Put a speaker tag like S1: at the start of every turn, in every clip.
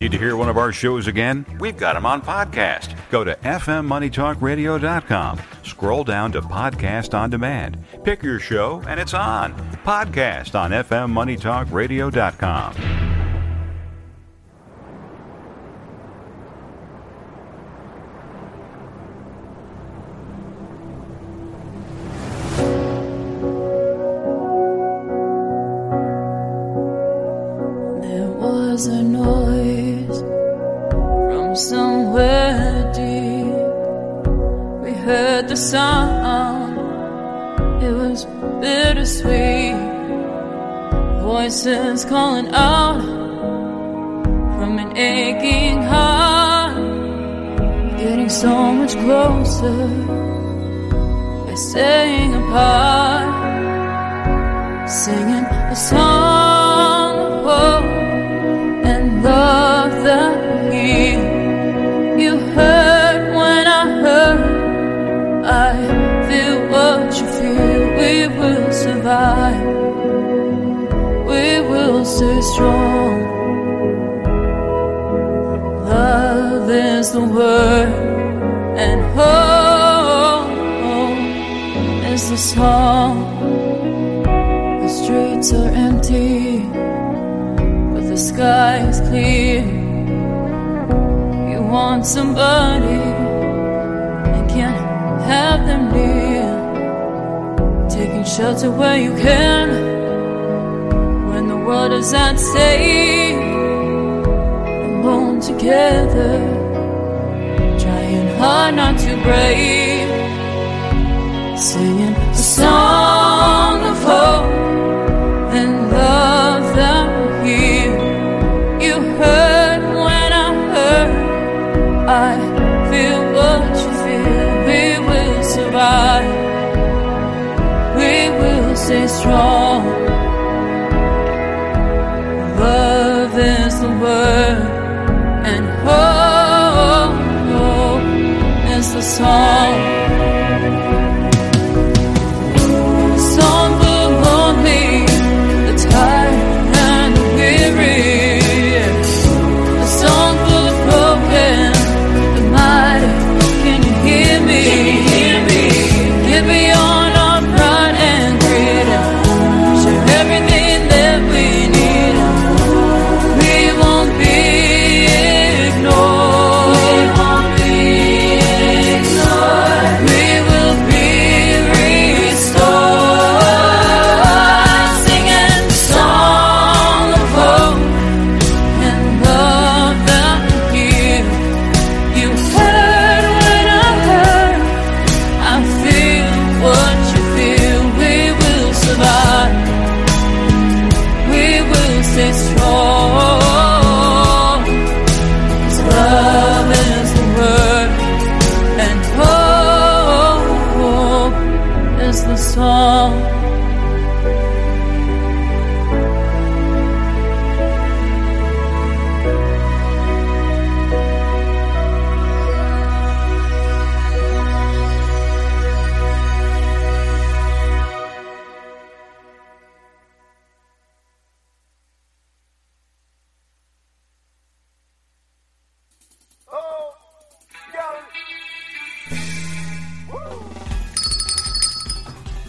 S1: Need to hear one of our shows again? We've got them on podcast. Go to fmmoneytalkradio.com. Scroll down to Podcast on Demand. Pick your show, and it's on. Podcast on fmmoneytalkradio.com.
S2: There was a noise from somewhere deep. We heard the sound, it was bittersweet. Voices calling out from an aching heart, getting so much closer. They're staying apart singing a song of hope and love that heals. You heard when I heard, I feel what you feel. We will survive, we will stay strong. Love is the word, and hope is the song. The streets are empty, but the sky is clear. You want somebody and can't have them near. Taking shelter where you can when the world is at stake. Alone together, trying hard not to break. Singing a song of hope and love that will heal. You heard when I heard. I feel what you feel. We will survive. We will stay strong. Love is the word, and hope is the song. Some were lonely, the tired and the weary. Some were broken, the mighty. Can you hear me? Give me all our pride and freedom. Share everything that we need. We won't be ignored. We won't be ignored. We will be restored. Singing the song of hope and love that heals. You heard when I heard. I feel what you feel. We will survive. We will stay strong. 'Cause love is the word, and hope is the song.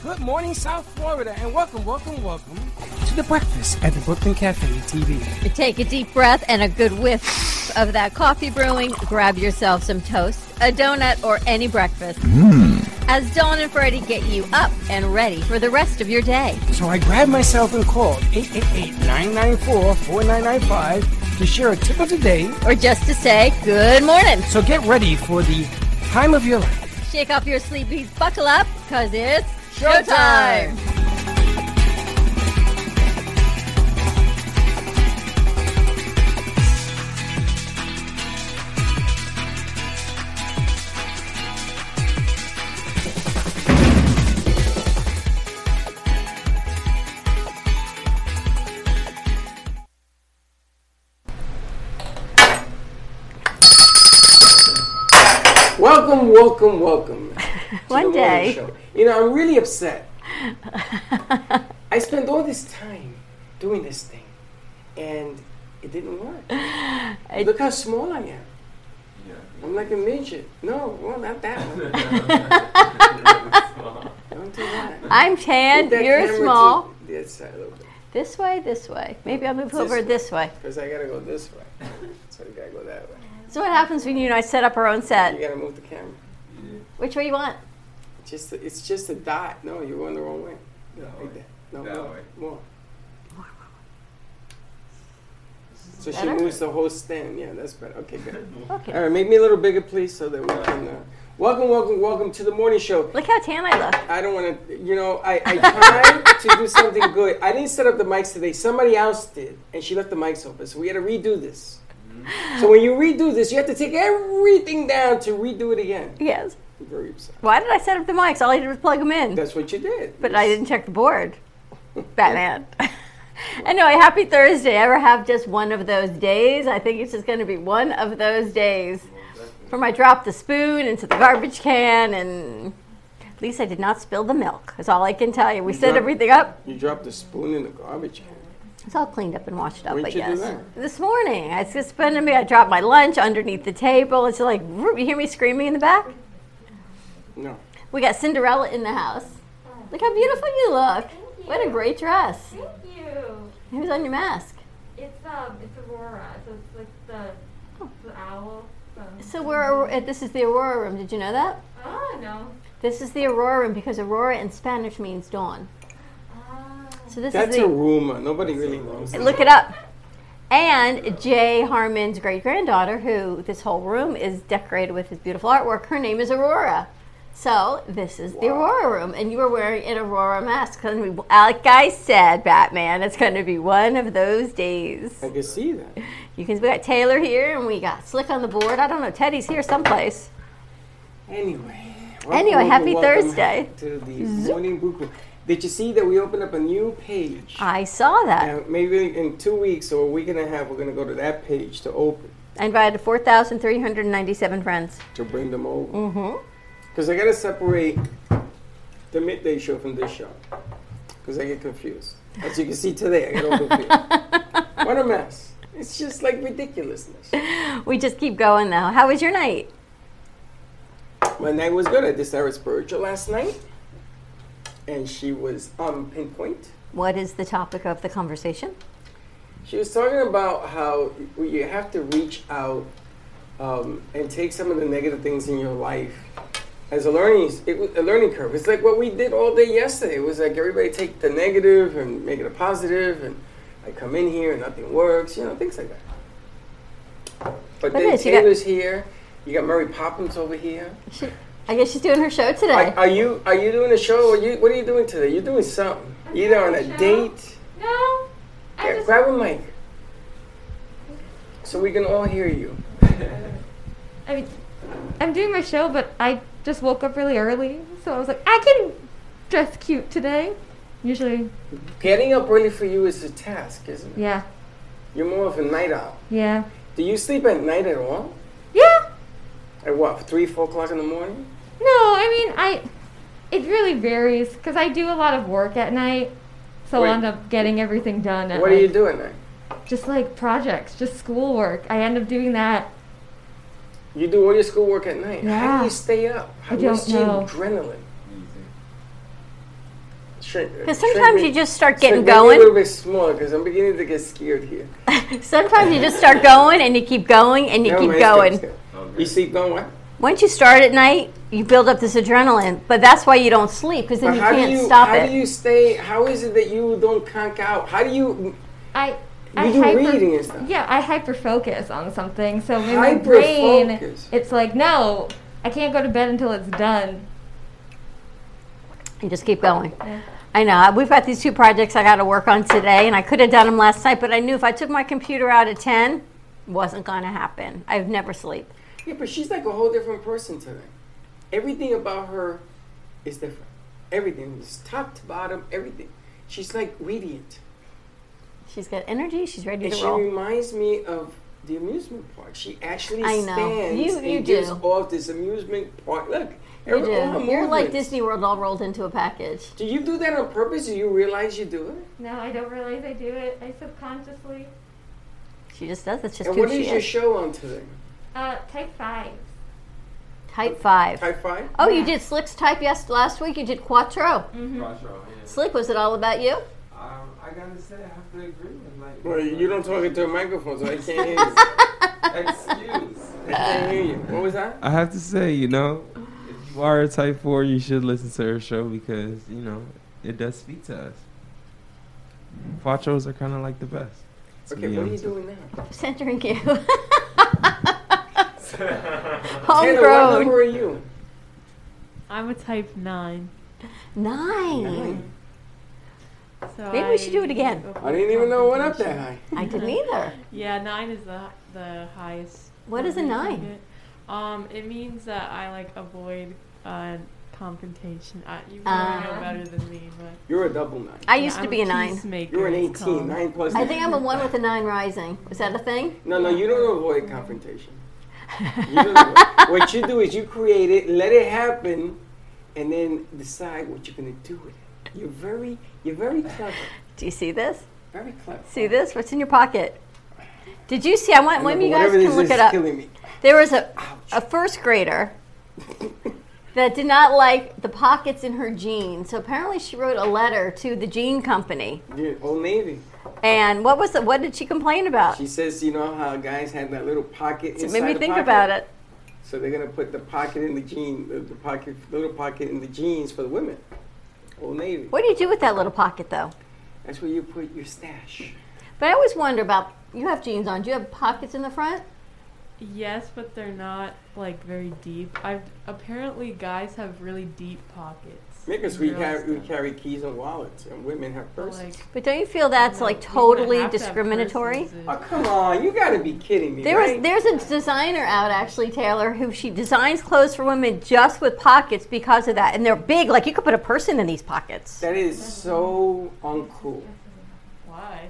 S3: Good morning, South Florida, and welcome, welcome, welcome to the breakfast at the Brooklyn Cafe TV.
S4: Take a deep breath and a good whiff of that coffee brewing. Grab yourself some toast, a donut, or any breakfast. As Dawn and Freddie get you up and ready for the rest of your day.
S3: So I grabbed myself and called 888-994-4995 to share a tip of the day.
S4: Or just to say good morning.
S3: So get ready for the time of your life.
S4: Shake off your sleepies, buckle up, because it's showtime.
S3: Welcome, welcome, welcome. to the
S4: One
S3: morning
S4: day.
S3: show. You know, I'm really upset. I spent all this time doing this thing, and
S5: It didn't work. Look how small I am. I'm like a midget. No, well, not that one. Don't do that.
S4: I'm tan.
S5: That
S4: You're
S5: camera
S4: small.
S5: To the other side a little bit,
S4: This way, this way. Maybe I'll move over
S5: way.
S4: this way.
S5: because I gotta go this way. So you gotta go that way.
S4: So what happens when you and I set up our own
S5: You
S4: set?
S5: gotta move the camera.
S4: Which way you want?
S5: Just a, it's just a dot. No, you're going the wrong way. Like that. No,
S6: That
S5: more.
S6: way.
S5: More. So she
S4: Better?
S5: moves the whole stand. Yeah, that's better. Okay, good. All
S4: Okay.
S5: right, make me a little bigger, please, so that we can. Uh, welcome, welcome, welcome to the morning show.
S4: Look how tan I look.
S5: I don't want to, you know, I, I tried to do something good. I didn't set up the mics today. Somebody else did, and she left the mics open. So we had to redo this. So when you redo this, you have to take everything down to redo it again.
S4: Yes.
S5: I'm very upset.
S4: Why did I set up the mics? All I did was plug them in.
S5: That's what you did.
S4: but I didn't check the board. Batman. anyway, happy Thursday. Ever have just one of those days? I think it's just going to be one of those days. From I dropped the spoon into the garbage can, and at least I did not spill the milk. That's all I can tell you. We set
S5: dropped-
S4: everything up.
S5: You dropped the spoon in the garbage can.
S4: It's all cleaned up and washed up,
S5: Where'd
S4: I
S5: you do
S4: guess.
S5: that?
S4: This morning, I was just spending me. I dropped my lunch underneath the table. It's like, vroom, you hear me screaming in the back?
S5: No.
S4: We got Cinderella in the house. Look how beautiful you look. What a great dress.
S7: Thank you.
S4: Who's on your mask?
S7: It's um, it's Aurora. So it's like the the owl. From,
S4: So we're uh, this is the Aurora room. Did you know that?
S7: oh no.
S4: This is the Aurora room because Aurora in Spanish means dawn.
S7: Ah.
S4: So this
S5: That's
S4: is
S5: a
S4: the
S5: rumor. Nobody really knows. that.
S4: look it up. And Jay Harmon's great granddaughter, who this whole room is decorated with his beautiful artwork, her name is Aurora. So this is the Aurora room, and you were wearing an Aurora mask. And we- Like I said, Batman, it's going to be one of those days.
S5: I can see that.
S4: You can we got Taylor here, and we got Slick on the board. I don't know, Teddy's here someplace.
S5: Anyway.
S4: Anyway, happy
S5: welcome
S4: Thursday.
S5: To the morning Brooklyn. Did you see that we opened up a new page?
S4: I saw that.
S5: And maybe in two weeks or a week and a half, we're going to go to that page to open,
S4: I invited 4,397 friends.
S5: to bring them over.
S4: Mm-hmm.
S5: Because I got to separate the midday show from this show. Because I get confused. As you can see today, I get all confused. what a mess. It's just like ridiculousness.
S4: We just keep going though. How was your night?
S5: My night was good. I did Sarah Spiritual last night. And she was on pinpoint.
S4: What is the topic of the conversation?
S5: She was talking about how you have to reach out um, and take some of the negative things in your life as a learning it was a learning curve. It's like what we did all day yesterday. It was like everybody take the negative and make it a positive, and I come in here and nothing works, you know, things like that. But
S4: But
S5: then
S4: yes, you got-
S5: Taylor's here. You got Murray Poppins over here.
S4: She, I guess she's doing her show
S5: Are,
S4: today.
S5: are you are you doing a show? Or you, what are you doing today? You're doing something. Either on a
S7: doing a show.
S5: date.
S7: No. I
S5: Yeah,
S7: just
S5: grab a mic. So we can all hear you.
S7: I mean, I'm doing my show, but I just woke up really early, so I was like, I can dress cute today. Usually,
S5: Getting up early for you is a task, isn't it?
S7: yeah,
S5: You're more of a night owl.
S7: yeah,
S5: Do you sleep at night at all?
S7: yeah.
S5: At what, three, four o'clock in the morning?
S7: No, I mean, I. It really varies because I do a lot of work at night, so
S5: Wait.
S7: I end up getting everything done. At
S5: What do you
S7: night.
S5: do at night?
S7: Just like projects, just schoolwork. I end up doing that.
S5: You do all your schoolwork at night. How
S7: Yeah.
S5: do you stay up? How
S7: I
S5: do you
S7: don't
S5: stay
S7: know.
S5: adrenaline?
S4: Because sometimes you just start getting
S5: A little
S4: going.
S5: bit smaller because I'm beginning to get scared here.
S4: Sometimes you just start going and you keep going and you
S5: No,
S4: keep
S5: man, it's
S4: going.
S5: good, it's good. You sleep going what?
S4: Once you start at night, you build up this adrenaline, but that's why you don't sleep because then
S5: But
S4: you
S5: how
S4: can't
S5: do you
S4: stop
S5: how
S4: it.
S5: do you stay? How is it that you don't conk out? How do you
S7: I. I
S5: do reading and stuff.
S7: Yeah, I hyper focus on something. So in my brain,
S5: Hyper-focus.
S7: it's like, no, I can't go to bed until it's done.
S4: You just keep going. I know. We've got these two projects I got to work on today, and I could have done them last night, but I knew if I took my computer out at 10, wasn't going to happen. I've never sleep.
S5: Yeah, but she's like a whole different person today. Everything about her is different. Everything is top to bottom, everything. She's like radiant.
S4: She's got energy. She's ready
S5: And
S4: to
S5: she
S4: roll.
S5: reminds me of the amusement park. She actually
S4: I know.
S5: stands
S4: You- you
S5: and gives
S4: do.
S5: off this amusement park. Look,
S4: You
S5: every- all her
S4: do. You're like
S5: movements.
S4: Disney World all rolled into a package.
S5: Do you do that on purpose? Do you realize you do it?
S7: No, I don't realize I do it. I subconsciously.
S4: She just does. That's just
S5: And
S4: who
S5: what
S4: she
S5: is your
S4: is.
S5: show on today?
S7: Uh, type five.
S4: type five.
S5: Type five. Mm.
S4: Oh, you did Slick's type yes last week. You did Quattro.
S6: Mm-hmm.
S4: Slick, was it all about you?
S6: Um, I gotta say, I have to agree with like.
S5: Well, you don't talk into a microphone, so I can't hear you.
S6: Excuse.
S5: I can't hear you. What was that?
S6: I have to say, you know, if you are a type four, you should listen to her show because you know it does speak to us. Quattros are kind of like the best. to
S5: Okay,
S6: be
S5: what are you
S6: honest.
S5: doing now?
S4: Centering you.
S5: Tanner, what
S4: Homegrown.
S5: number are you?
S8: I'm a type nine.
S4: Nine.
S8: So
S4: Maybe we should do it again.
S5: I didn't even know it went up that high.
S4: I didn't either.
S8: Yeah, nine is the the highest.
S4: What is a
S8: number you
S4: nine?
S8: can get. Um, it means that I like avoid uh, confrontation. I, you probably
S4: Ah.
S8: know
S5: Uh,
S8: better than me, but
S5: You're a double nine.
S4: I
S8: Yeah,
S4: used to
S8: I'm
S4: be a nine.
S8: peacemaker,
S5: You're an
S8: it's
S5: 18.
S8: called.
S5: Nine plus.
S4: I think I'm a one with a nine rising. Is that a thing?
S5: No, no, you don't avoid confrontation. You don't avoid. what you do is you create it, let it happen, and then decide what you're gonna do with it. You're very, you're very clever,
S4: Do you see this?
S5: very clever.
S4: See this? What's in your pocket? Did you see? I want women. You guys
S5: Whatever
S4: can
S5: this
S4: look
S5: is,
S4: it up.
S5: Killing me.
S4: There was a a first grader that did not like the pockets in her jeans. So apparently she wrote a letter to the jean company.
S5: Yeah, Old Navy.
S4: And what was the, what did she complain about?
S5: She says, you know how guys have that little pocket.
S4: It
S5: inside
S4: made me
S5: the
S4: think
S5: pocket?
S4: about it.
S5: So they're gonna put the pocket in the jean, the, the pocket, little pocket in the jeans for the women. Old Navy.
S4: What do you do with that little pocket though?
S5: That's where you put your stash.
S4: But I always wonder about you have jeans on. Do you have pockets in the front?
S8: Yes, but they're not like very deep. I've apparently guys have really deep pockets.
S5: Because we,
S8: Realize
S5: carry we
S8: that.
S5: carry keys and wallets, and women have
S8: But,
S5: purses.
S8: Oh, like,
S4: But don't you feel that's like
S8: you kinda
S4: totally
S8: have to have
S4: discriminatory?
S8: purses.
S5: Oh come on! You gotta be kidding me!
S4: There
S5: right?
S4: was there's a designer out actually, Taylor, who she designs clothes for women just with pockets because of that. And they're big, like you could put a person in these pockets.
S5: That is so uncool.
S8: Why?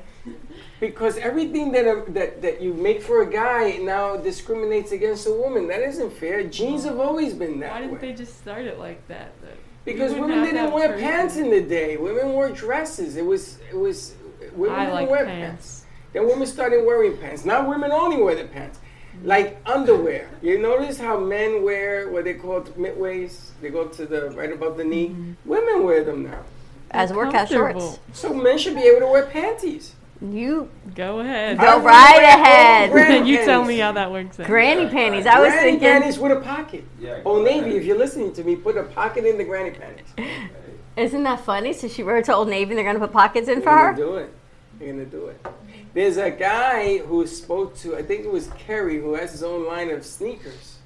S5: Because everything that, a, that that you make for a guy now discriminates against a woman. That isn't fair. Jeans have always been that
S8: Why didn't
S5: way.
S8: they just start it like that? Though? You
S5: because
S8: wouldn't
S5: women
S8: have to
S5: didn't
S8: have
S5: wear
S8: purses.
S5: pants in the day. Women wore dresses. It was it was women
S8: I
S5: didn't
S8: like
S5: wear
S8: pants.
S5: Then women started wearing pants. Now women only wear the pants, like underwear. You notice how men wear what they call midways. They go to the right above the knee.
S8: Mm-hmm.
S5: Women wear them now.
S4: As workout shorts.
S8: Comfortable.
S5: So men should be able to wear panties.
S4: You
S8: Go ahead.
S4: go
S5: would
S4: right
S5: wear
S4: ahead.
S5: old
S8: Then you tell
S5: panties.
S8: me how that works. out.
S4: Granny panties. I was
S5: granny
S4: thinking
S5: panties with a pocket.
S6: Yeah,
S5: Oh,
S6: go
S5: Navy,
S6: ahead.
S5: if you're listening to me, put a pocket in the granny panties.
S4: Isn't that funny? So she wrote to Old Navy and they're gonna put pockets in for
S5: You're gonna
S4: her?
S5: do it. You're gonna do it. There's a guy who spoke to, I think it was Kerry, who has his own line of sneakers,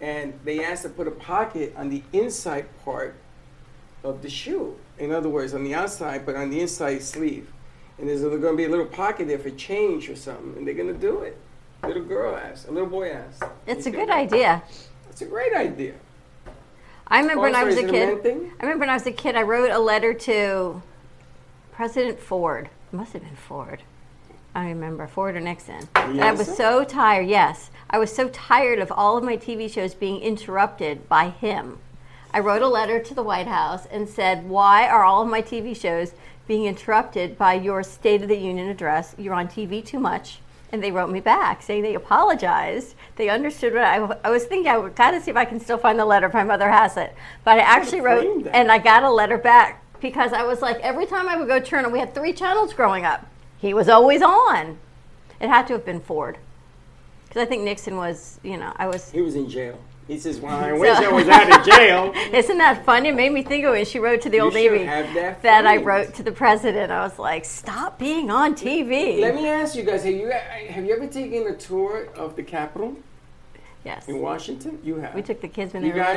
S5: and they asked to put a pocket on the inside part of the shoe. In other words, on the outside, but on the inside sleeve. And there's gonna be a little pocket there for change or something, and they're gonna do it. Little girl asked, a little boy asked.
S4: It's a good idea.
S5: It's a great idea.
S4: I remember when I
S5: Also,
S4: was
S5: Oh, is
S4: a
S5: it a man
S4: kid.
S5: thing?
S4: I remember when I was a kid I wrote a letter to President Ford. It must have been Ford. I don't remember Ford or Nixon. And I
S5: Yes.
S4: was so tired. Yes, I was so tired of all of my TV shows being interrupted by him. I wrote a letter to the White House and said, "Why are all of my TV shows being interrupted by your State of the Union address? You're on TV too much." And they wrote me back saying they apologized. They understood what I, I was thinking. I would kind of see if I can still find the letter if my mother has it. But I actually
S5: framed
S4: wrote,
S5: that.
S4: and I got a letter back because I was like, every time I would go turn on, we had three channels growing up. He was always on. It had to have been Ford. Because I think Nixon was, you know, I was.
S5: He was in jail. He says, "Well, I wish I was out of jail."
S4: Isn't that funny? It made me think of it. She wrote to the old
S5: should
S4: Navy
S5: have that
S4: I
S5: framed.
S4: wrote to the president. I was like, stop being on TV.
S5: Let me ask you guys: Have you have you ever taken a tour of the Capitol
S4: yes.
S5: in Washington? You have.
S4: We took the kids when they
S5: you
S4: were
S5: guys,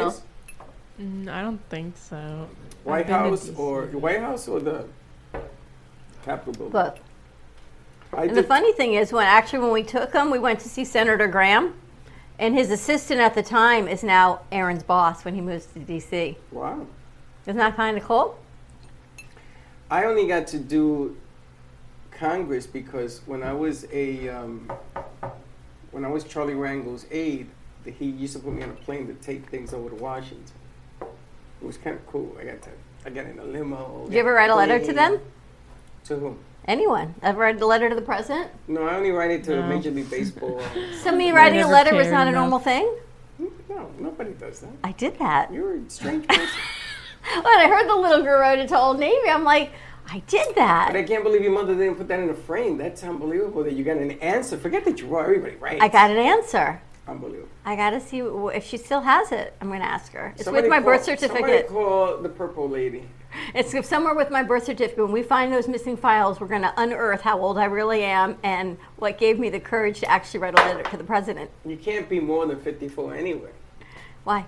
S4: little.
S8: Mm, I don't think so.
S5: White
S8: I've been to
S5: House
S8: DC.
S5: or White House or the Capitol building?
S4: Look,
S5: I
S4: And the
S5: did-
S4: funny thing is, when actually when we took him, we went to see Senator Graham, and his assistant at the time is now Aaron's boss when he moves to D.C.
S5: Wow.
S4: Isn't that kind of cool?
S5: I only got to do Congress because when I was a um, when I was Charlie Wrangel's aide, the, he used to put me on a plane to take things over to Washington. It was kind of cool. I got to I got in a limo.
S4: Did you ever write a letter to them?
S5: To whom?
S4: Anyone ever read the letter to the president?
S5: No, I only write it to
S8: No.
S5: Major League Baseball.
S4: Somebody
S8: I
S4: writing a
S8: never
S4: letter was
S8: cared
S4: not a
S8: enough.
S4: normal thing.
S5: no, nobody does that.
S4: I did that.
S5: You're a strange person.
S4: When I heard the little girl wrote it to Old Navy, I'm like, I did
S5: But I
S4: that.
S5: can't believe your mother didn't put that in a frame. That's unbelievable that you got an answer. Forget that you wrote everybody, right?
S4: I got an answer.
S5: unbelievable.
S4: I gotta see w- if she still has it. I'm gonna ask her. It's
S5: Somebody
S4: with my
S5: call-
S4: birth
S5: Somebody
S4: certificate.
S5: call the purple lady.
S4: It's somewhere with my birth certificate. When we find those missing files, we're gonna unearth how old I really am and what gave me the courage to actually write a letter to the president.
S5: You can't be more than 54 anyway.
S4: Why?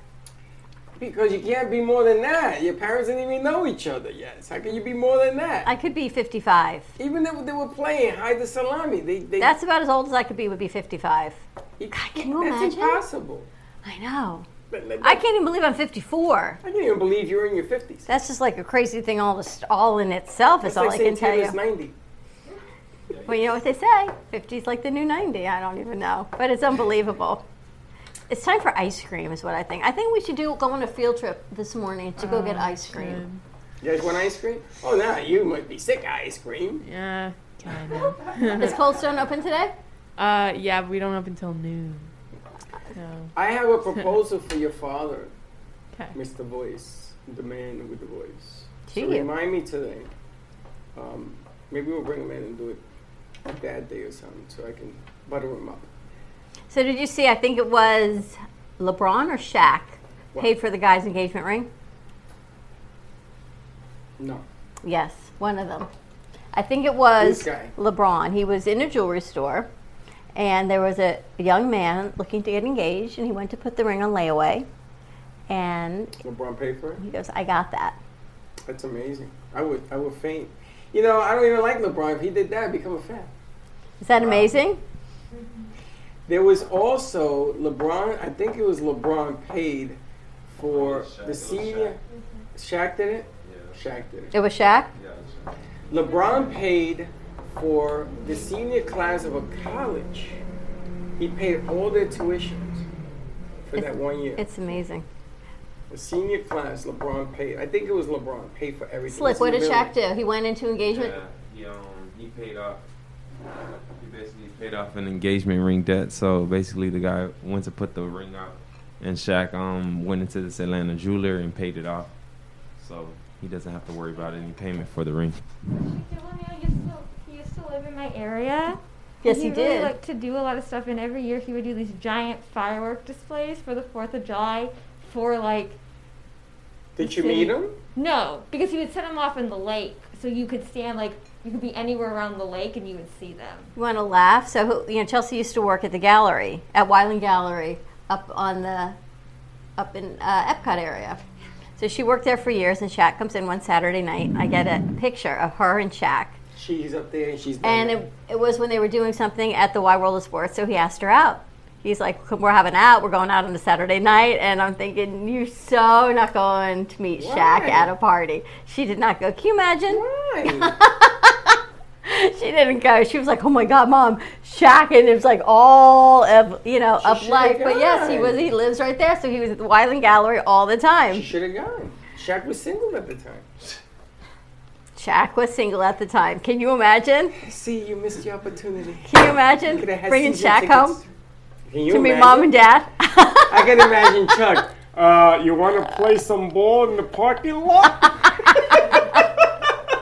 S5: Because you can't be more than that. Your parents didn't even know each other yet. So How can you be more than that?
S4: I could be 55.
S5: even though they were playing hide the salami, they they
S4: That's about as old as I could be. Would be 55.
S5: you,
S4: can you
S5: that's
S4: imagine?
S5: impossible.
S4: I know.
S5: But like,
S4: I can't even believe I'm 54.
S5: I can't even believe you're in your 50s.
S4: That's just like a crazy thing all, this, all in itself is
S5: That's
S4: all
S5: like
S4: I can
S5: saying
S4: tell you.
S5: Taylor's 90.
S4: Well, you know what they say 50's like the new 90. I don't even know. But it's unbelievable. It's time for ice cream, is what I think. I think we should do go on a field trip this morning to go get ice cream.
S5: You guys want ice cream? Oh, no, you might be sick of ice cream.
S8: Yeah, kind of.
S4: Is Cold Stone open today?
S8: Uh, yeah, we don't up until noon. So,
S5: I have a proposal for your father,
S8: okay.
S5: Mr. Voice, the man with the voice.
S4: Do
S5: so
S4: you?
S5: remind me today. Um, maybe we'll bring him in and do it a bad day or something so I can butter him up.
S4: So, did you see? I think it was LeBron or Shaq paid for the guy's engagement ring.
S5: No.
S4: Yes, one of them. I think it was
S5: This guy.
S4: LeBron. He was in a jewelry store, and there was a young man looking to get engaged, and he went to put the ring on layaway, and
S5: LeBron paid for it?
S4: he goes, "I got that."
S5: That's amazing. I would I would faint. You know, I don't even like LeBron. If he did that, I'd become a fan.
S4: Is that amazing?
S5: There was also LeBron. I think it was LeBron paid for the senior. Shaq did it. Yeah. Shaq did it.
S4: It was Shaq.
S5: LeBron paid for the senior class of a college. He paid all their tuitions for that one year.
S4: It's amazing.
S5: the senior class, LeBron paid. I think it was LeBron paid for everything.
S4: Slick.
S5: It's a
S4: What did
S5: million.
S4: Shaq do? He went into engagement.
S6: Yeah, he, um, he paid off. He basically paid off an engagement ring debt. So basically, the guy went to put the ring out, and Shaq um went into this Atlanta jeweler and paid it off. So he doesn't have to worry about any payment for the ring.
S7: telling me I used to- he used to live in my area.
S4: Yes,
S7: And
S4: he,
S7: he really
S4: did.
S7: liked to do a lot of stuff, and every year he would do these giant firework displays for the Fourth of July for like
S5: Did you meet him?
S7: no, because he would set them off in the lake, so you could stand like you could be anywhere around the lake and you would see them.
S4: You want to laugh? So you know, Chelsea used to work at the gallery at Wyland Gallery up on the up in uh, Epcot area. So she worked there for years, and Shaq comes in one Saturday night. and I get a picture of her and Shaq,
S5: She's up there and she's. down
S4: and
S5: there.
S4: it, it was when they were doing something at the Wide World of Sports. So he asked her out. He's like, "We're having out. We're going out on a Saturday night." And I'm thinking, "You're so not going to meet Shaq
S5: Why?
S4: at a party." She did not go. Can you imagine?
S5: Why?
S4: She didn't go. She was like, "Oh my God, mom, Shaq," and it was like all of you know of
S5: should've
S4: life. But yes, he
S5: gone.
S4: was. He lives right there, so he was at the Wyland Gallery all the time.
S5: she should have gone. Shaq was single at the time.
S4: Shaq was single at the time. Can you imagine?
S5: See, you missed your opportunity.
S4: Can you
S5: You coulda
S4: imagine
S5: had
S4: bringing
S5: season
S4: Shaq
S5: tickets.
S4: home
S5: Can you
S4: to meet
S5: imagine?
S4: mom and dad?
S5: I can imagine Chuck. Uh, you want to play some ball in the parking lot?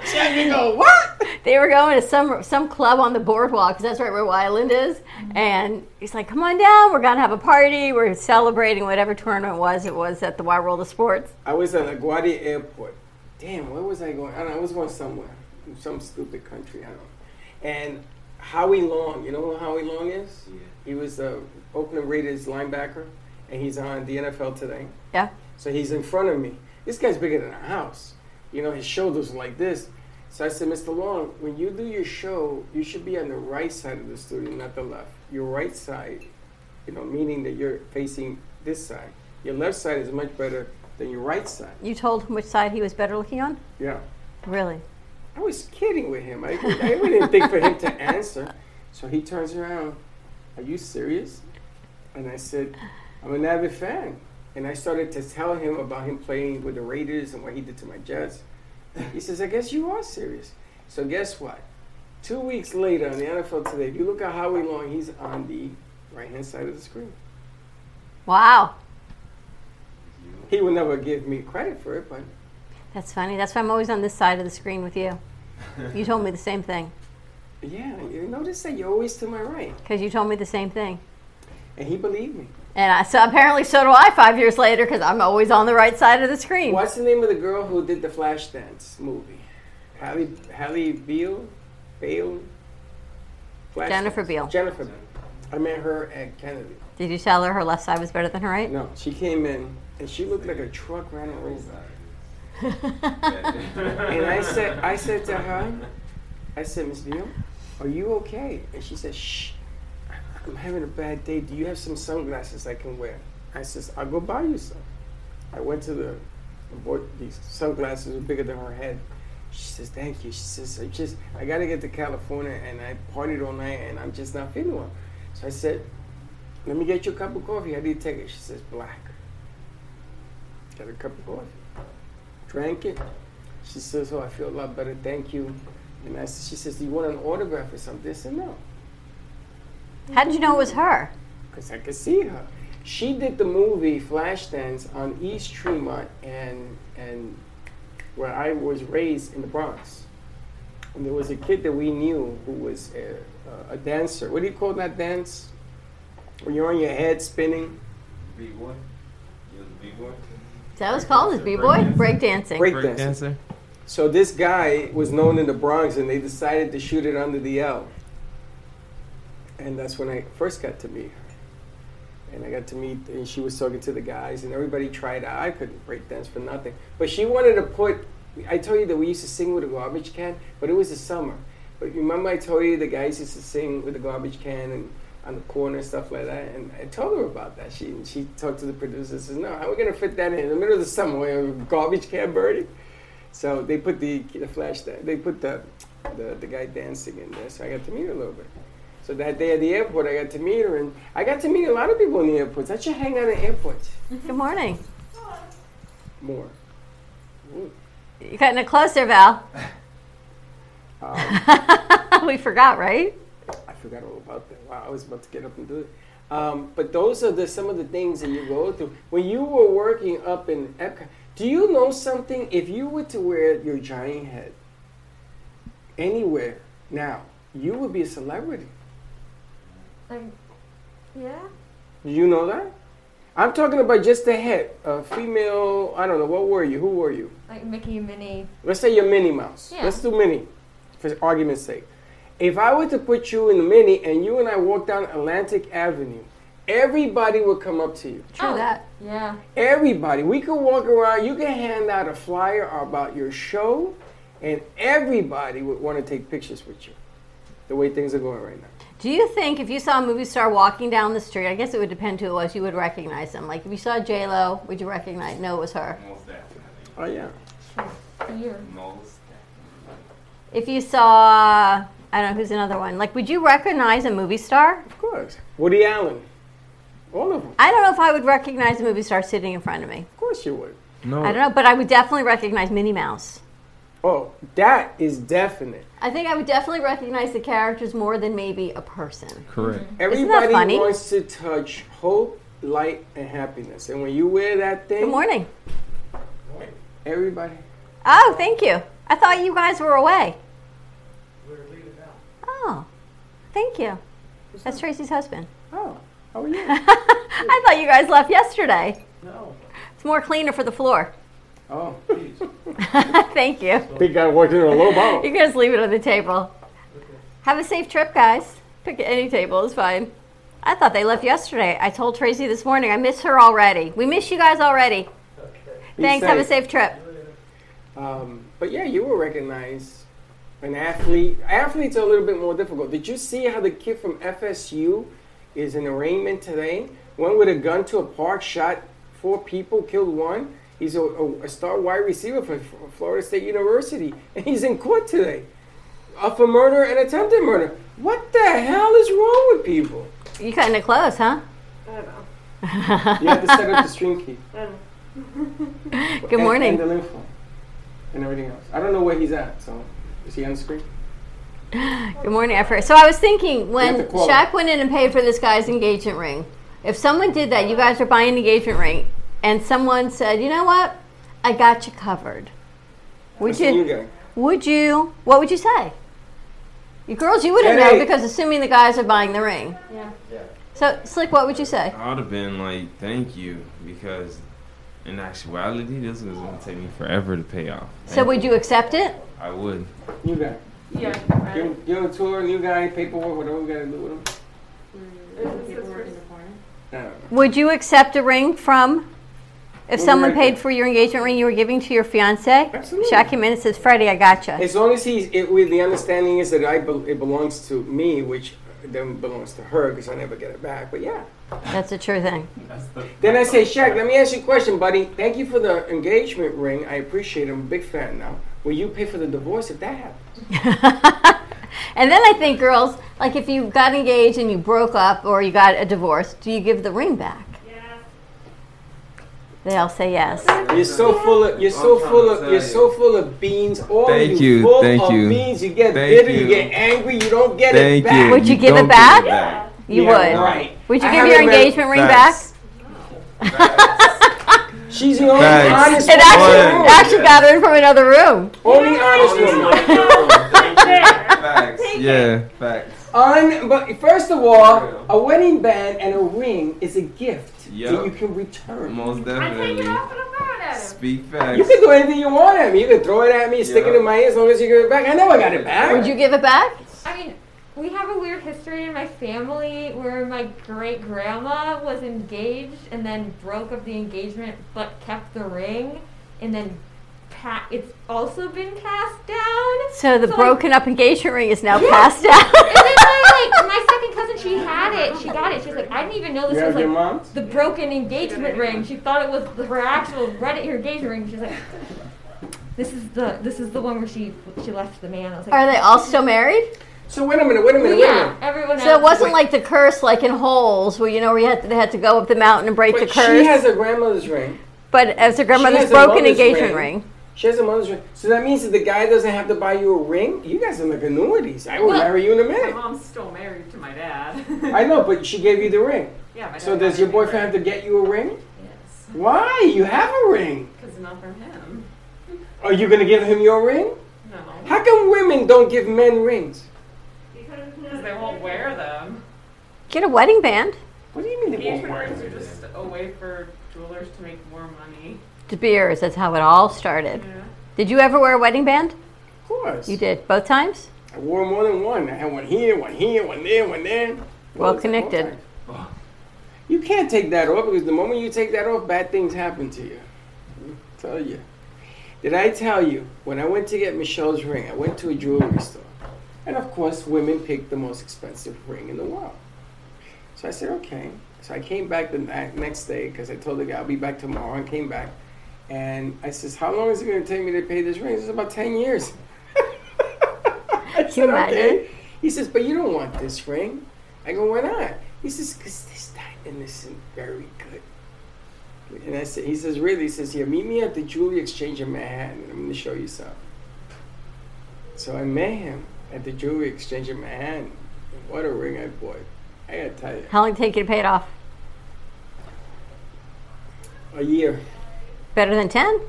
S5: Chuck, you go what?
S4: they were going to some some club on the boardwalk because that's right where Wyland is.
S5: Mm-hmm.
S4: And he's like, "Come on down. We're gonna have a party. We're celebrating whatever tournament it was. It was at the Wide World of Sports."
S5: I was at LaGuardia Airport. Damn, where was I going? I don't know. I was going somewhere, some stupid country. I don't know. And Howie Long, you know who Howie Long is? Yeah. He was uh, Oakland Raiders linebacker, and he's on the NFL today.
S4: Yeah.
S5: So he's in front of me. This guy's bigger than a house. You know, his shoulders are like this. So I said, Mr. Long, when you do your show, you should be on the right side of the studio, not the left. Your right side, you know, meaning that you're facing this side. Your left side is much better than your right side.
S4: You told him which side he was better looking on.
S5: Yeah.
S4: Really?
S5: I was kidding with him. I, I really didn't think for him to answer. So he turns around, Are you serious? And I said, I'm an avid fan. And I started to tell him about him playing with the Raiders and what he did to my Jets. He says, I guess you are serious. So guess what? Two weeks later on the NFL Today, if you look at Howie Long, he's on the right hand side of the screen.
S4: Wow.
S5: He would never give me credit for it, but
S4: That's funny. That's why I'm always on this side of the screen with you. You told me the same thing.
S5: yeah, you notice that you're always to my right.
S4: Because you told me the same thing.
S5: And he believed me.
S4: And I, so apparently so do I five years later because I'm always on the right side of the screen.
S5: What's the name of the girl who did the Flashdance movie? Halle, Halle Beal? Bale? Flashdance.
S4: Jennifer Beal.
S5: Jennifer Beal. I met her at Kennedy.
S4: Did you tell her her left side was better than her right?
S5: No, she came in and she looked like a truck ran her over. And I said, I said to her, I said, Miss Beal, are you okay? And she said, Shh, I'm having a bad day. Do you have some sunglasses I can wear? I says, I'll go buy you some. I went to the, I bought these sunglasses were bigger than her head. She says, thank you. She says, I just, I gotta get to California and I partied all night and I'm just not feeling well. So I said, let me get you a cup of coffee. How do you take it? She says, black. Got a cup of coffee. Drank it. She says, oh, I feel a lot better. Thank you. And I, she says, do you want an autograph or something? I said, no.
S4: How did you know it was her?
S5: because I could see her. She did the movie Flashdance on East Tremont and and where I was raised in the Bronx. And there was a kid that we knew who was a, a dancer. What do you call that dance? When you're on your head spinning,
S6: B boy. You was a B boy.
S4: That was called as b-boy breakdancing.
S5: break
S6: Break
S5: dance.
S6: dancer.
S5: So this guy was known in the Bronx, and they decided to shoot it under the L. And that's when I first got to meet her. And I got to meet, and she was talking to the guys, and everybody tried out. I couldn't break dance for nothing. But she wanted to put, I told you that we used to sing with a garbage can, but it was the summer. But remember I told you the guys used to sing with a garbage can and on the corner and stuff like that? And I told her about that. She, she talked to the producer and says, no, how are we going to fit that in, in the middle of the summer where a garbage can burning? So they put the the flash dan- they put the, the the guy dancing in there. So I got to meet her a little bit. So that day at the airport, I got to meet her, and I got to meet a lot of people in the airports. I should hang out at airports
S4: Good morning.
S5: more.
S4: You're cutting it close there, Val. we forgot, right?
S5: I forgot all about that. Wow, I was about to get up and do it. Um, but those are the, some of the things that you go through. When you were working up in Epcot, do you know something? If you were to wear your giant head anywhere now, you would be a celebrity.
S7: I, yeah.
S5: Do you know that? I'm talking about just the head. A female, I don't know, what were you? Who were you?
S7: Like Mickey and Minnie.
S5: Let's say you're Minnie Mouse.
S7: Yeah.
S5: Let's do Minnie, for argument's sake. If I were to put you in Minnie and you and I walked down Atlantic Avenue, everybody would come up to you.
S4: True that.
S7: Yeah.
S5: Everybody. We could walk around, you could hand out a flyer about your show, and everybody would want to take pictures with you. The way things are going right now.
S4: Do you think if you saw a movie star walking down the street, I guess it would depend who it was, you would recognize them? Like if you saw J Lo, would you recognize? No, it was her.
S6: Most definitely.
S5: Oh, yeah.
S7: Here.
S6: Most
S4: If you saw, I don't know who's another one. Like, would you recognize a movie star?
S5: Of course. Woody Allen. All of them.
S4: I don't know if I would recognize a movie star sitting in front of me.
S5: Of course you would.
S6: definitely. No.
S4: I don't know, but I would definitely recognize Minnie Mouse.
S5: Oh, that is definite.
S4: I think I would definitely recognize the characters more than maybe a person.
S6: Correct.
S5: Everybody
S4: funny?
S5: wants to touch hope, light, and happiness. And when you wear that thing,
S4: Good morning.
S5: everybody.
S4: Oh, thank you. I thought you guys were away. Oh, thank you. That's Tracy's husband.
S5: Oh, how are you?
S4: I thought you guys left yesterday.
S5: no.
S4: It's more cleaner for the floor.
S5: Oh,
S4: thank you.
S5: big guy walking in a low
S4: You
S5: bottle.
S4: can just leave it on the table. Have a safe trip, guys. Pick any table, it's fine. I thought they left yesterday. I told Tracy this morning. I miss her already. We miss you guys already. Thanks. Have a safe trip.
S5: Um, but yeah, you were recognized. An athlete. Athletes are a little bit more difficult. Did you see how the kid from FSU is in arraignment today? Went with a gun to a park, shot four people, killed one. He's a, a, a star wide receiver for F- Florida State University, and he's in court today. Up for murder and attempted murder. What the hell is wrong with people?
S4: You cutting it close, huh?
S5: You have to set up the stream key.
S4: Good
S5: And-
S4: morning.
S5: And the link phone. And everything else. I don't know where he's at, so is he on the screen?
S4: Good morning, effort. So I was thinking
S5: You
S4: when
S5: have to call
S4: Shaq went in and paid for this guy's engagement ring, if someone did that, you guys are buying an engagement ring, and someone said, "You know what? I got you covered." Would
S5: Listen, you
S4: you?
S5: guy.
S4: Would you? What would you say? You girls, you wouldn't
S5: Hey.
S4: know because assuming the guys are buying the ring.
S7: Yeah.
S4: So slick, what would you say?
S6: I would have been like, thank you, because in actuality, this was going to take me forever to pay off.
S4: So would you accept it?
S6: I would.
S5: New guy.
S8: Yeah.
S5: Give him, give him a tour, new guy, paperwork, whatever we gotta do with him. I don't know.
S4: Would you accept a ring from? If
S5: Well,
S4: someone
S5: right.
S4: paid for your engagement ring you were giving to your fiance,
S5: Absolutely.
S4: Shaq came in and says, "Freddie, I got you."
S5: As long as he's, it, with the understanding is that I, bel it belongs to me, which then belongs to her because I never get it back. But yeah.
S4: That's a true thing.
S5: Then I say, Shaq, let me ask you a question, buddy. Thank you for the engagement ring. I appreciate it. I'm a big fan now. Will you pay for the divorce if that happens?
S4: And then I think, girls, like if you got engaged and you broke up or you got a divorce, do you give the ring back? They all say yes.
S5: You're so full of you're so
S6: I'm trying
S5: full
S6: to
S5: of
S6: tell
S5: you're
S6: you.
S5: so full of beans. All
S6: Thank
S5: you,
S6: you,
S5: full
S6: thank
S5: of
S6: you.
S5: beans. You get
S6: Thank
S5: bitter, you.
S6: you.
S5: get angry, you don't get
S6: Thank
S5: it back.
S6: you.
S4: Would you give it
S6: don't
S4: back?
S6: back.
S4: You
S5: Yeah,
S4: would.
S5: Right.
S4: Would you
S5: I
S4: give
S5: haven't
S4: your
S5: met-
S4: engagement ring
S6: Facts.
S4: back?
S5: She's the only
S6: Thanks.
S5: honest
S4: It actually,
S5: woman. in the
S6: Boy.
S5: room.
S4: it actually got in from another room.
S5: Only honest woman.
S6: Facts. Yeah, facts.
S5: Un- but first of all, a wedding band and a ring is a gift that
S6: Yup.
S5: you can return.
S7: I
S6: Most
S7: take
S6: definitely.
S7: it off and I'm mad at him.
S6: Speak facts.
S5: You can do anything you want at me. You can throw it at me, stick it in my ear as long as you give it back. I never got it back.
S4: Would you give it back?
S7: I mean, we have a weird history in my family where my great grandma was engaged and then broke up the engagement but kept the ring and then pa- it's also been passed down.
S4: So the
S7: So I-
S4: broken up engagement ring is now
S7: Yeah.
S4: passed
S7: And then
S4: out.
S7: my, like, my second cousin, she had it. She got it. She's like, I didn't even know this
S5: You have
S7: was
S5: your
S7: like
S5: mom's?
S7: the broken engagement ring. She thought it was the- her actual Reddit her engagement ring. She's like, this is the this is the one where she she left the man. I was like,
S4: Are they all still married?
S5: So wait a minute, wait a minute,
S7: Well,
S5: wait
S4: Oh,
S5: a minute.
S7: yeah, everyone.
S4: So it
S7: else-
S4: wasn't like the curse, like in holes, where you know where you had to, they had to go up the mountain and break
S5: But
S4: the
S5: she has
S4: curse.
S5: a grandmother's ring.
S4: but as a
S5: has
S4: grandmother's
S5: a
S4: broken
S5: mother's
S4: engagement
S5: ring.
S4: ring,
S5: She has a mother's ring. So that means that the guy doesn't have to buy you a ring? You guys are like annuities. I will
S7: Well-
S5: marry you in a minute.
S9: mom's still married to my dad.
S5: I know, but she gave you the ring.
S9: yeah, my
S5: So does your boyfriend have to get you a ring? Why? You have a ring.
S9: Because not from him.
S5: Are you going to give him your ring?
S9: No.
S5: How come women don't give men rings?
S9: Because they won't wear them.
S4: get a wedding band.
S5: What do you mean they won't
S9: Engagement
S5: wear
S9: rings are
S5: it?
S9: just a way for jewelers to make more money.
S4: De Beers. That's how it all started.
S9: Yeah.
S4: Did you ever wear a wedding band?
S5: Of course.
S4: You did both times.
S5: I wore more than one. I had one here, one here, one there, one there.
S4: Well connected.
S5: You can't take that off because the moment you take that off, bad things happen to you. I tell you. Did I tell you when I went to get Michelle's ring? I went to a jewelry store, and of course, women pick the most expensive ring in the world. So I said, okay. So I came back the ni- next day because I told the guy I'll be back tomorrow, and came back, and I says, how long is it going to take me to pay this ring? He says, about ten years. I said,
S4: imagine?
S5: okay. He says, but you don't want this ring. I go, why not? He says, because this diamond isn't very good. And I said, he says, really? He says, yeah, meet me at the jewelry exchange in Manhattan. and I'm going to show you something. So I met him at the jewelry exchange in Manhattan. And What a ring I bought. I got to tell you,
S4: How long did it take you to pay it off?
S5: a year.
S4: Better than ten?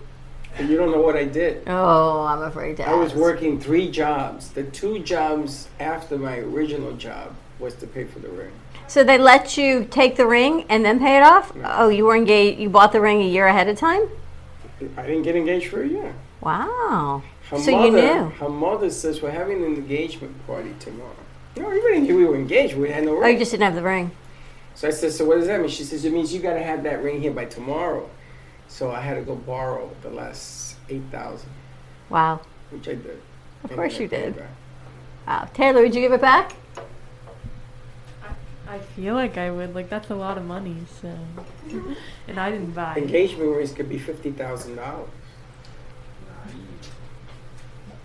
S5: And you don't know what I did.
S4: Oh, I'm afraid to.
S5: I was
S4: ask.
S5: working three jobs. The two jobs after my original job was to pay for the ring.
S4: So they let you take the ring and then pay it off. Oh, you were engaged. You bought the ring a year ahead of time.
S5: I didn't get engaged for a year.
S4: Wow.
S5: Her
S4: So
S5: mother,
S4: you knew.
S5: Her mother says we're having an engagement party tomorrow. No, we really knew we were engaged. We had no
S4: Oh,
S5: ring.
S4: you just didn't have the ring.
S5: so I said, so what does that mean? She says, it means you got to have that ring here by tomorrow. So I had to go borrow the last 8000
S4: Wow.
S5: which I did.
S4: Of course you did.
S5: Back.
S4: Wow. Taylor, would you give it back?
S8: I feel like I would. Like that's a lot of money. So, and I didn't buy. it.
S5: Engagement rings could be $50,000.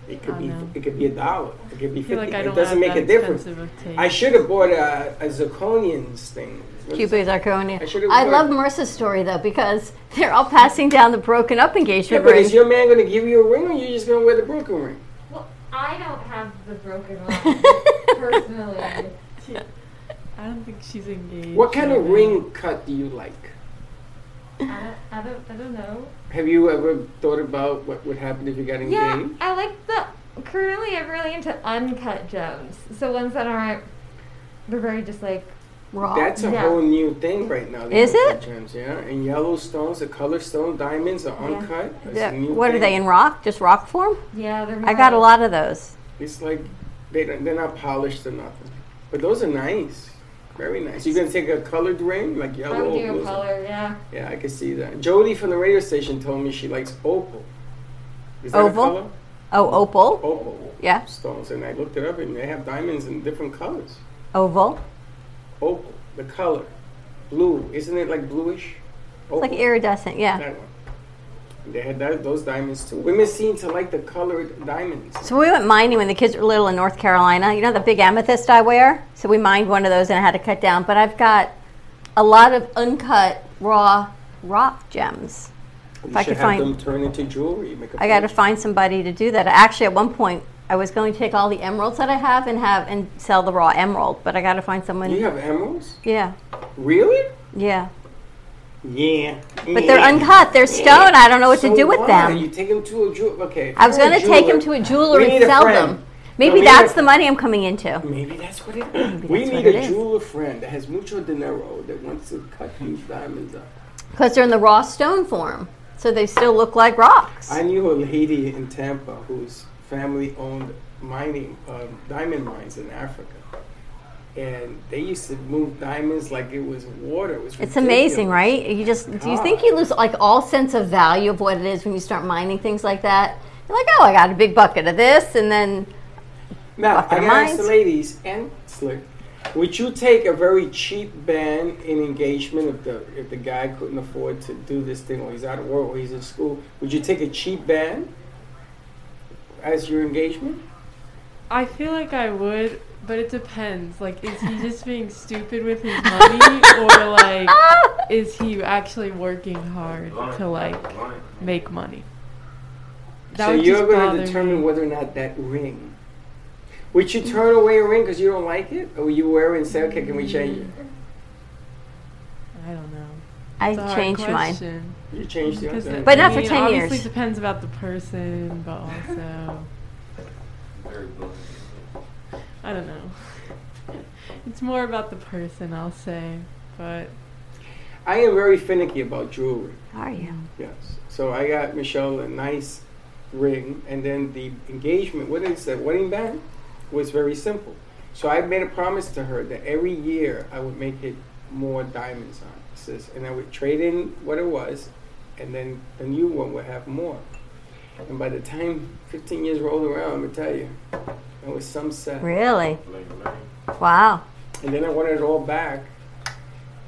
S5: It
S4: Oh,
S5: could
S8: I
S5: be
S8: know.
S5: it could be a dollar. It could be
S8: I feel
S5: fifty.
S8: like I
S5: it
S8: don't
S5: doesn't
S8: have
S5: make
S8: that
S5: a difference.
S8: expensive of taste.
S5: I should have bought a, a zirconians thing. What is
S4: Cupid's
S5: I
S4: Arconia.
S5: should've
S4: I
S5: worked.
S4: love Marissa's story though because they're all passing down the broken up
S5: Yeah,
S4: engagement
S5: but
S4: ring.
S5: is your man going to give you a ring, or you just going to wear the broken ring?
S7: Well, I don't have the broken arm personally.
S8: She, I don't think she's engaged.
S5: What kind of
S8: right now.
S5: ring cut do you like?
S7: I don't, I don't, I don't know.
S5: Have you ever thought about what would happen if you got engaged?
S7: Yeah, I like the. Currently, I'm really into uncut gems. So ones that aren't. They're very just like.
S4: Raw.
S5: That's a
S7: Yeah.
S5: whole new thing right now. the
S4: Oh, Is
S5: uncut
S4: it?
S5: Gems, yeah, and yellow stones, the color stone diamonds are
S7: Yeah.
S5: uncut. That's
S4: Yeah,
S5: a new
S4: What are
S5: thing.
S4: they in rock? Just rock form?
S7: Yeah, they're.
S4: I got a
S7: more-
S4: lot of those.
S5: It's like they don't, they're not polished or nothing. But those are nice, very nice. You can take a colored ring, like
S7: I
S5: yellow.
S7: would do a
S5: blues.
S7: color, yeah.
S5: Yeah, I can see that. Jody from the radio station told me she likes opal. Is that a
S4: Oval?
S5: color?
S4: Oh, opal.
S5: Opal
S4: Yeah,
S5: stones, and I looked it up, and they have diamonds in different colors.
S4: oval.
S5: Opal, the color, blue. Isn't it like bluish? Opal.
S4: It's like iridescent. Yeah.
S5: That one. They had that, those diamonds too. Women seem to like the colored diamonds.
S4: So we went mining when the kids were little in North Carolina. You know the big amethyst I wear? So we mined one of those and I had to cut down. But I've got a lot of uncut raw rock gems.
S5: You
S4: I
S5: should
S4: could
S5: have
S4: find-
S5: them turn into jewelry. Make a
S4: I got to
S5: fortune.
S4: find somebody to do that. Actually, at one point, I was going to take all the emeralds that I have and have and sell the raw emerald, but I got to find someone.
S5: You have emeralds?
S4: Yeah,
S5: Really?
S4: yeah.
S5: Yeah.
S4: But they're uncut. They're stone. I don't know what to do with
S5: You
S4: them.
S5: take them to a jewel. Okay. if
S4: I was
S5: you're a
S4: going to take them to
S5: jeweler,
S4: a jeweler
S5: we
S4: and
S5: need a
S4: sell
S5: friend.
S4: them. Maybe
S5: we need
S4: that's
S5: a-
S4: the money I'm coming into.
S5: Maybe that's what it is. we
S4: that's
S5: need
S4: what it
S5: a
S4: is.
S5: jeweler friend that has mucho dinero that wants to cut these diamonds up.
S4: Because they're in the raw stone form. So they still look like rocks.
S5: I knew a lady in Tampa whose family owned mining um, diamond mines in Africa, and they used to move diamonds like it was water. It was
S4: It's amazing,
S5: ridiculous.
S4: right? You just do you think you lose like all sense of value of what it is when you start mining things like that? You're like, oh, I got a big bucket of this, and then
S5: Now, I
S4: Bucket of
S5: gotta ask the
S4: mines.
S5: ladies and Slick, would you take a very cheap band in engagement if the if the guy couldn't afford to do this thing or he's out of work or he's in school? Would you take a cheap band as your engagement?
S8: I feel like I would, but it depends. Like, is he just being stupid with his money, or like, is he actually working hard to like make money? That
S5: so
S8: would
S5: you're
S8: just
S5: gonna
S8: bother
S5: determine
S8: me.
S5: whether or not that ring. Would you turn away a ring because you don't like it, or would you wear it and say, "Okay, can we change it?"
S8: I don't know.
S4: I
S8: It's a hard
S4: changed mine.
S8: question,
S5: You change the
S8: 'cause
S5: answer.
S8: it-
S4: But
S8: I
S4: not for
S8: mean,
S4: 10
S8: obviously
S4: years.
S8: depends about the person, but also,
S6: Very blunt.
S8: I don't know. it's more about the person, I'll say. But
S5: I am very finicky about jewelry.
S4: Are you?
S5: Yes. So I got Michelle a nice ring, and then the engagement, what is that, wedding band, was very simple. So I made a promise to her that every year I would make it more diamonds on it, sis, and I would trade in what it was, and then the new one would have more. And by the time 15 years rolled around, I'm gonna tell you, it was some set.
S4: Really? Wow.
S5: And then I wanted it all back.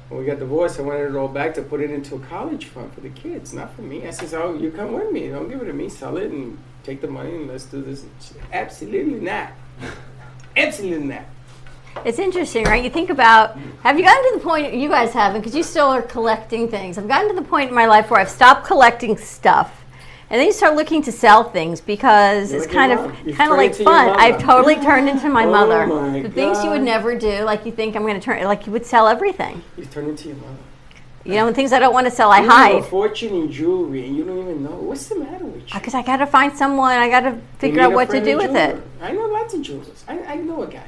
S5: When we got divorced, I wanted it all back to put it into a college fund for the kids, not for me. I says, "Oh, you come with me. Don't give it to me. Sell it and take the money and let's do this." She, Absolutely not. Absolutely not.
S4: It's interesting, right? You think about have you gotten to the point you guys haven't because you still are collecting things. I've gotten to the point in my life where I've stopped collecting stuff. And then you start looking to sell things because
S5: You're
S4: it's
S5: like
S4: kind
S5: your
S4: of
S5: mom. You've
S4: kind
S5: turned
S4: of like
S5: into your
S4: fun.
S5: mother.
S4: I've totally turned into my
S5: Oh
S4: mother.
S5: my
S4: the things you would
S5: God.
S4: never do, like you think I'm going to turn, like you would sell everything.
S5: You turn into your mother.
S4: You know, and things I don't want to sell, I
S5: You have a
S4: hide
S5: fortune in jewelry, and you don't even know what's the matter with you.
S4: because I got to find someone. I got to
S5: You
S4: figure
S5: need
S4: out
S5: a
S4: what to
S5: friend
S4: do
S5: in
S4: with it.
S5: jewelry. I know lots of jewelers. I, I know a guy.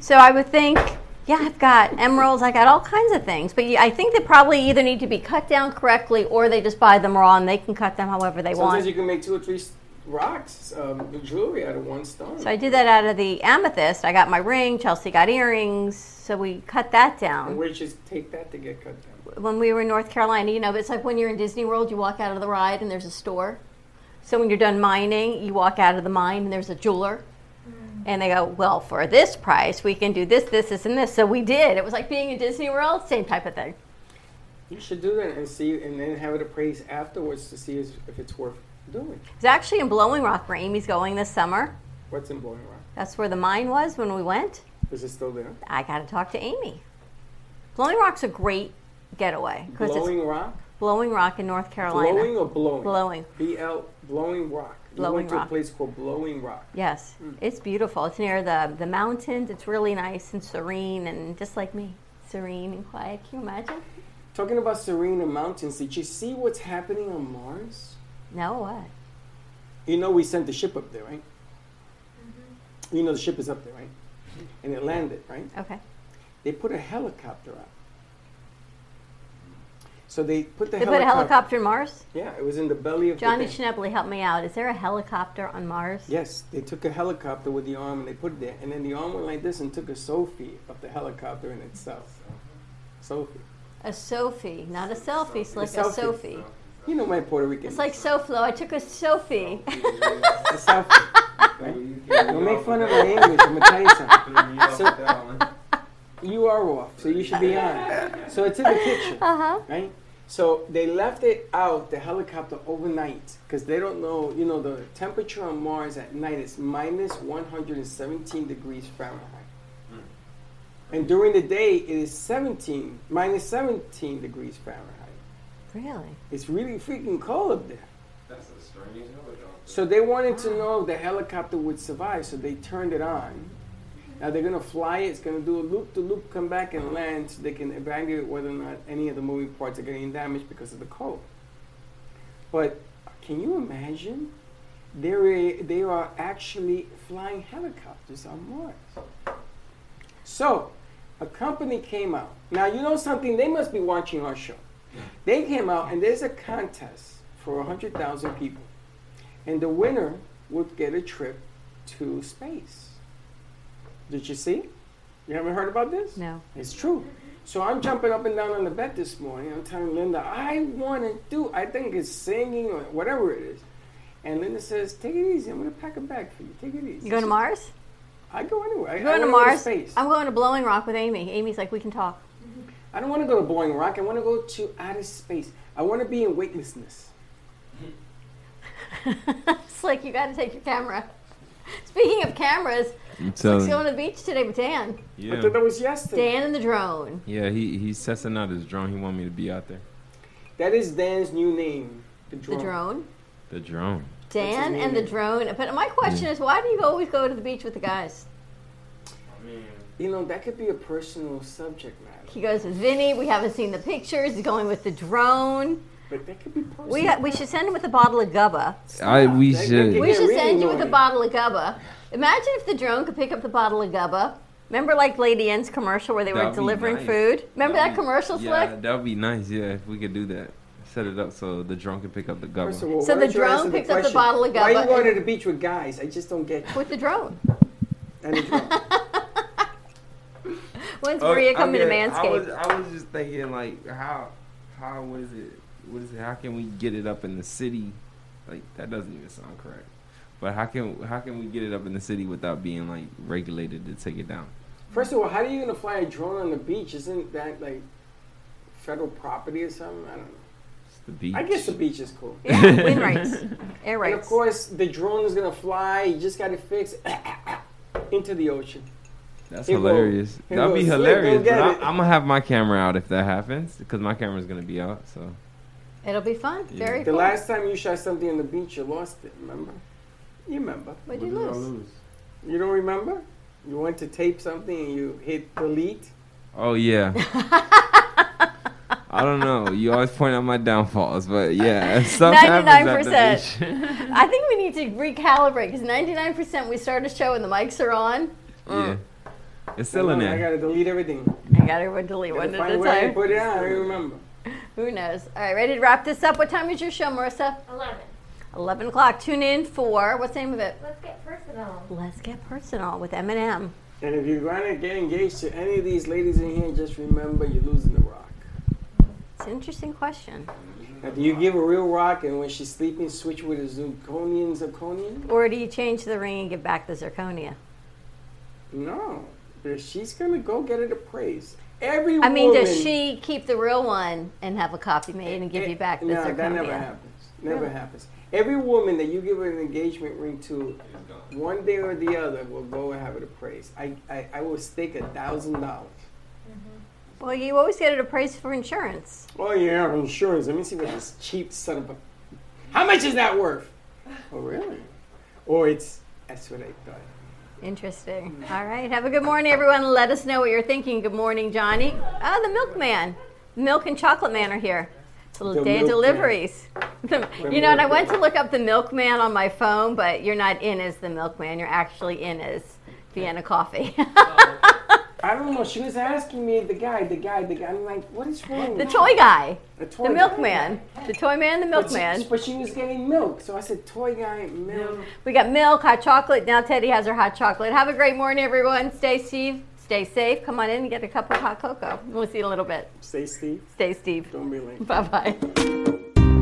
S4: So I would think, yeah, I've got emeralds, I got all kinds of things, but you- I think they probably either need to be cut down correctly or they just buy them raw and they can cut them however they
S5: Sometimes
S4: want.
S5: you can make two or three s- rocks, um, jewelry out of one stone.
S4: so I did that out of the amethyst. I got my ring, Chelsea got earrings, so we cut that down.
S5: Where just take that to get cut down.
S4: when we were in North Carolina, you know, but it's like when you're in Disney World, you walk out of the ride and there's a store. So when you're done mining, you walk out of the mine and there's a jeweler. And they go, well, for this price, we can do this, this, this, and this. So we did. It was like being in Disney World, same type of thing.
S5: You should do that and see, and then have it appraised afterwards to see is- if it's worth doing.
S4: It's actually in Blowing Rock where Amy's going this summer.
S5: What's in Blowing Rock?
S4: That's where the mine was when we went.
S5: Is it still there?
S4: I got to talk to Amy. Blowing Rock's a great getaway because it's
S5: Blowing Rock?
S4: Blowing Rock in North Carolina.
S5: Blowing or blowing?
S4: Blowing.
S5: BL, Blowing Rock.
S4: Blowing
S5: we went to a
S4: Rock.
S5: place called Blowing Rock.
S4: Yes, it's beautiful. It's near the the mountains. It's really nice and serene, and just like me, serene and quiet. Can you imagine?
S5: Talking about Serena Mountains, did you see what's happening on Mars?
S4: No, what?
S5: You know we sent the ship up there, right?
S4: Mm-hmm.
S5: You know the ship is up there, right? And it landed, right?
S4: Okay.
S5: They put a helicopter out. So they put the
S4: They put a helicopter on Mars.
S5: Yeah, it was in the belly of
S4: Johnny
S5: the thing.
S4: Schnebley, help me out. Is there a helicopter on Mars?
S5: Yes, they took a helicopter with the arm and they put it there, and then the arm went like this and took a Sophie of the helicopter in itself. Sophie,
S4: A Sophie, not a selfie. It's like a
S5: selfie.
S4: Sophie.
S5: you know my Puerto Rican.
S4: It's like SoFlo. I took a Sophie.
S5: A selfie. Don't make fun of my English. I'm gonna tell you something. You are off, so you should be on. So it's in the picture,
S4: Uh-huh.
S5: right? So they left it out the helicopter overnight because they don't know. You know the temperature on Mars at night is minus 117 degrees Fahrenheit, and during the day it is 17 minus 17 degrees Fahrenheit.
S4: Really?
S5: It's really freaking cold up there.
S6: That's a strange overdose.
S5: So they wanted to know if the helicopter would survive, so they turned it on. Now they're gonna fly it. It's gonna do a loop to loop, come back and land, so they can evaluate whether or not any of the moving parts are getting damaged because of the cold. But can you imagine? There, i- they are actually flying helicopters on Mars. So, a company came out. Now you know something. They must be watching our show. They came out and there's a contest for hundred thousand people and the winner would get a trip to space. Did you see? You haven't heard about this?
S4: No.
S5: It's true. So I'm jumping up and down on the bed this morning. I'm telling Linda, I want to do, I think it's singing or whatever it is. And Linda says, Take it easy. I'm going to pack a bag for you. Take it easy.
S4: You going to Mars?
S5: I go anywhere.
S4: You
S5: I, I
S4: going to
S5: wanna go
S4: Mars?
S5: space.
S4: I'm going to Blowing Rock with Amy. Amy's like, we can talk.
S5: I don't want to go to Blowing Rock. I want to go to outer space. I want to be in weightlessness.
S4: it's like you got to take your camera. Speaking of cameras,
S6: So,
S4: let's go on the beach today with Dan.
S5: I thought
S6: yeah.
S5: that was yesterday.
S4: Dan and the drone.
S6: yeah, he he's testing out his drone. He want me to be out there.
S5: That is Dan's new name, the drone.
S4: The drone.
S6: The drone.
S4: Dan and the drone. But my question is, why do you always go to the beach with the guys?
S5: You know, that could be a personal subject matter.
S4: He goes with Vinny. We haven't seen the pictures. He's going with the drone.
S5: But that could be personal.
S4: We we should send him with a bottle of Gubba.
S6: I we
S5: They- they
S6: should.
S5: get-
S4: We should
S5: really
S4: send you with a
S5: annoying.
S4: bottle of Gubba. Imagine if the drone could pick up the bottle of Gubba. Remember, like Lady N's commercial where they
S6: That'd
S4: were
S6: be
S4: delivering
S6: nice.
S4: food. Remember that
S6: That'd be-
S4: commercial,
S6: Yeah,
S4: Slick?
S6: that would be nice. Yeah, if we could do that, set it up so the drone can pick up the government.
S5: First of all,
S4: So
S5: why
S4: the
S5: don't you
S4: drone
S5: answer
S4: picks up the
S5: question?
S4: bottle of
S5: Why
S4: Gabba
S5: you going to
S4: and-
S5: the beach with guys? I just don't get
S4: With the drone.
S5: any drone.
S4: When's
S6: Oh,
S4: Maria
S6: I
S4: coming to
S6: mean, I was,
S4: Manscaped?
S6: I was just thinking, like, how, how, what is it? What is it? How can we get it up in the city? Like, that doesn't even sound correct. But how can how can we get it up in the city without being like regulated to take it down?
S5: First of all, how are you going to fly a drone on the beach? Isn't that like federal property or something? I don't know.
S6: It's the beach.
S5: I guess the beach is cool.
S4: Yeah, wind rights, air
S5: And of
S4: rights.
S5: course, the drone is going to fly. You just got to fix into the ocean.
S6: That's
S5: It will-
S6: hilarious.
S5: it
S6: That'd
S5: will
S6: be
S5: slip,
S6: hilarious.
S5: we'll get
S6: But I,
S5: it.
S6: I'm gonna have my camera out if that happens because my camera's gonna be out. So
S4: It'll be fun.
S6: Yeah.
S4: Very
S5: The
S4: cool.
S5: last time you shot something on the beach, you lost it. Remember? You remember?
S4: What'd you lose?
S5: You don't remember? You went to tape something and you hit delete.
S6: Oh yeah. I don't know. You always point out my downfalls, but yeah, stuff happens at the beach.
S4: I think we need to recalibrate because 99% we start a show and the mics are on.
S6: yeah, it's still in
S5: Hold on, I got
S6: there.
S5: to delete everything.
S4: I got everyone to delete one
S5: Gotta find
S4: at
S5: a
S4: a
S5: way to
S4: time.
S5: Put it on. I remember.
S4: Who knows? All right, ready to wrap this up? What time is your show, Marissa?
S7: 11.
S4: 11 o'clock. Tune in for what's the name of it?
S7: Let's get personal.
S4: Let's get personal with Eminem.
S5: And if you're going to get engaged to any of these ladies in here, just remember you're losing the rock.
S4: It's an interesting question.
S5: Now, do you give a real rock and when she's sleeping, switch with a zirconian zirconian?
S4: Or do you change the ring and give back the zirconia?
S5: No. If She's going to go get it appraised. Every
S4: I mean,
S5: woman,
S4: does she keep the real one and have a copy made and give you back the
S5: Eh, No,
S4: zirconia?
S5: that never happens. Never happens. Every woman that you give an engagement ring to, one day or the other, will go and have it appraised. I, I, I will stake a thousand dollars.
S4: Well, you always get it appraised for insurance.
S5: Oh yeah, insurance. Let me see what this cheap son of a. How much is that worth? Oh, really? Or it's that's what I thought.
S4: Interesting. All right. Have a good morning, everyone. Let us know what you're thinking. Good morning, Johnny. Oh, the milkman. Milk and chocolate man are here. It's a little
S5: The
S4: day of
S5: milkman.
S4: deliveries. you know, and I went to look up the milkman on my phone, but you're not in as the milkman. You're actually in as Vienna coffee.
S5: I don't know. She was asking me the guy, the guy, the guy. I'm like, what is wrong?
S4: the
S5: with
S4: toy guy,
S5: the, toy
S4: the
S5: guy?
S4: milkman, the toy man, the
S5: But she-
S4: milkman.
S5: but she was getting milk, so I said, toy guy, milk.
S4: We got milk, hot chocolate. Now Teddy has her hot chocolate. Have a great morning, everyone. Stay Steve. Stay safe. Come on in and get a cup of hot cocoa. We'll see you in a little bit.
S5: Say, Steve,
S4: Stay Steve.
S5: don't be late.
S4: Bye bye.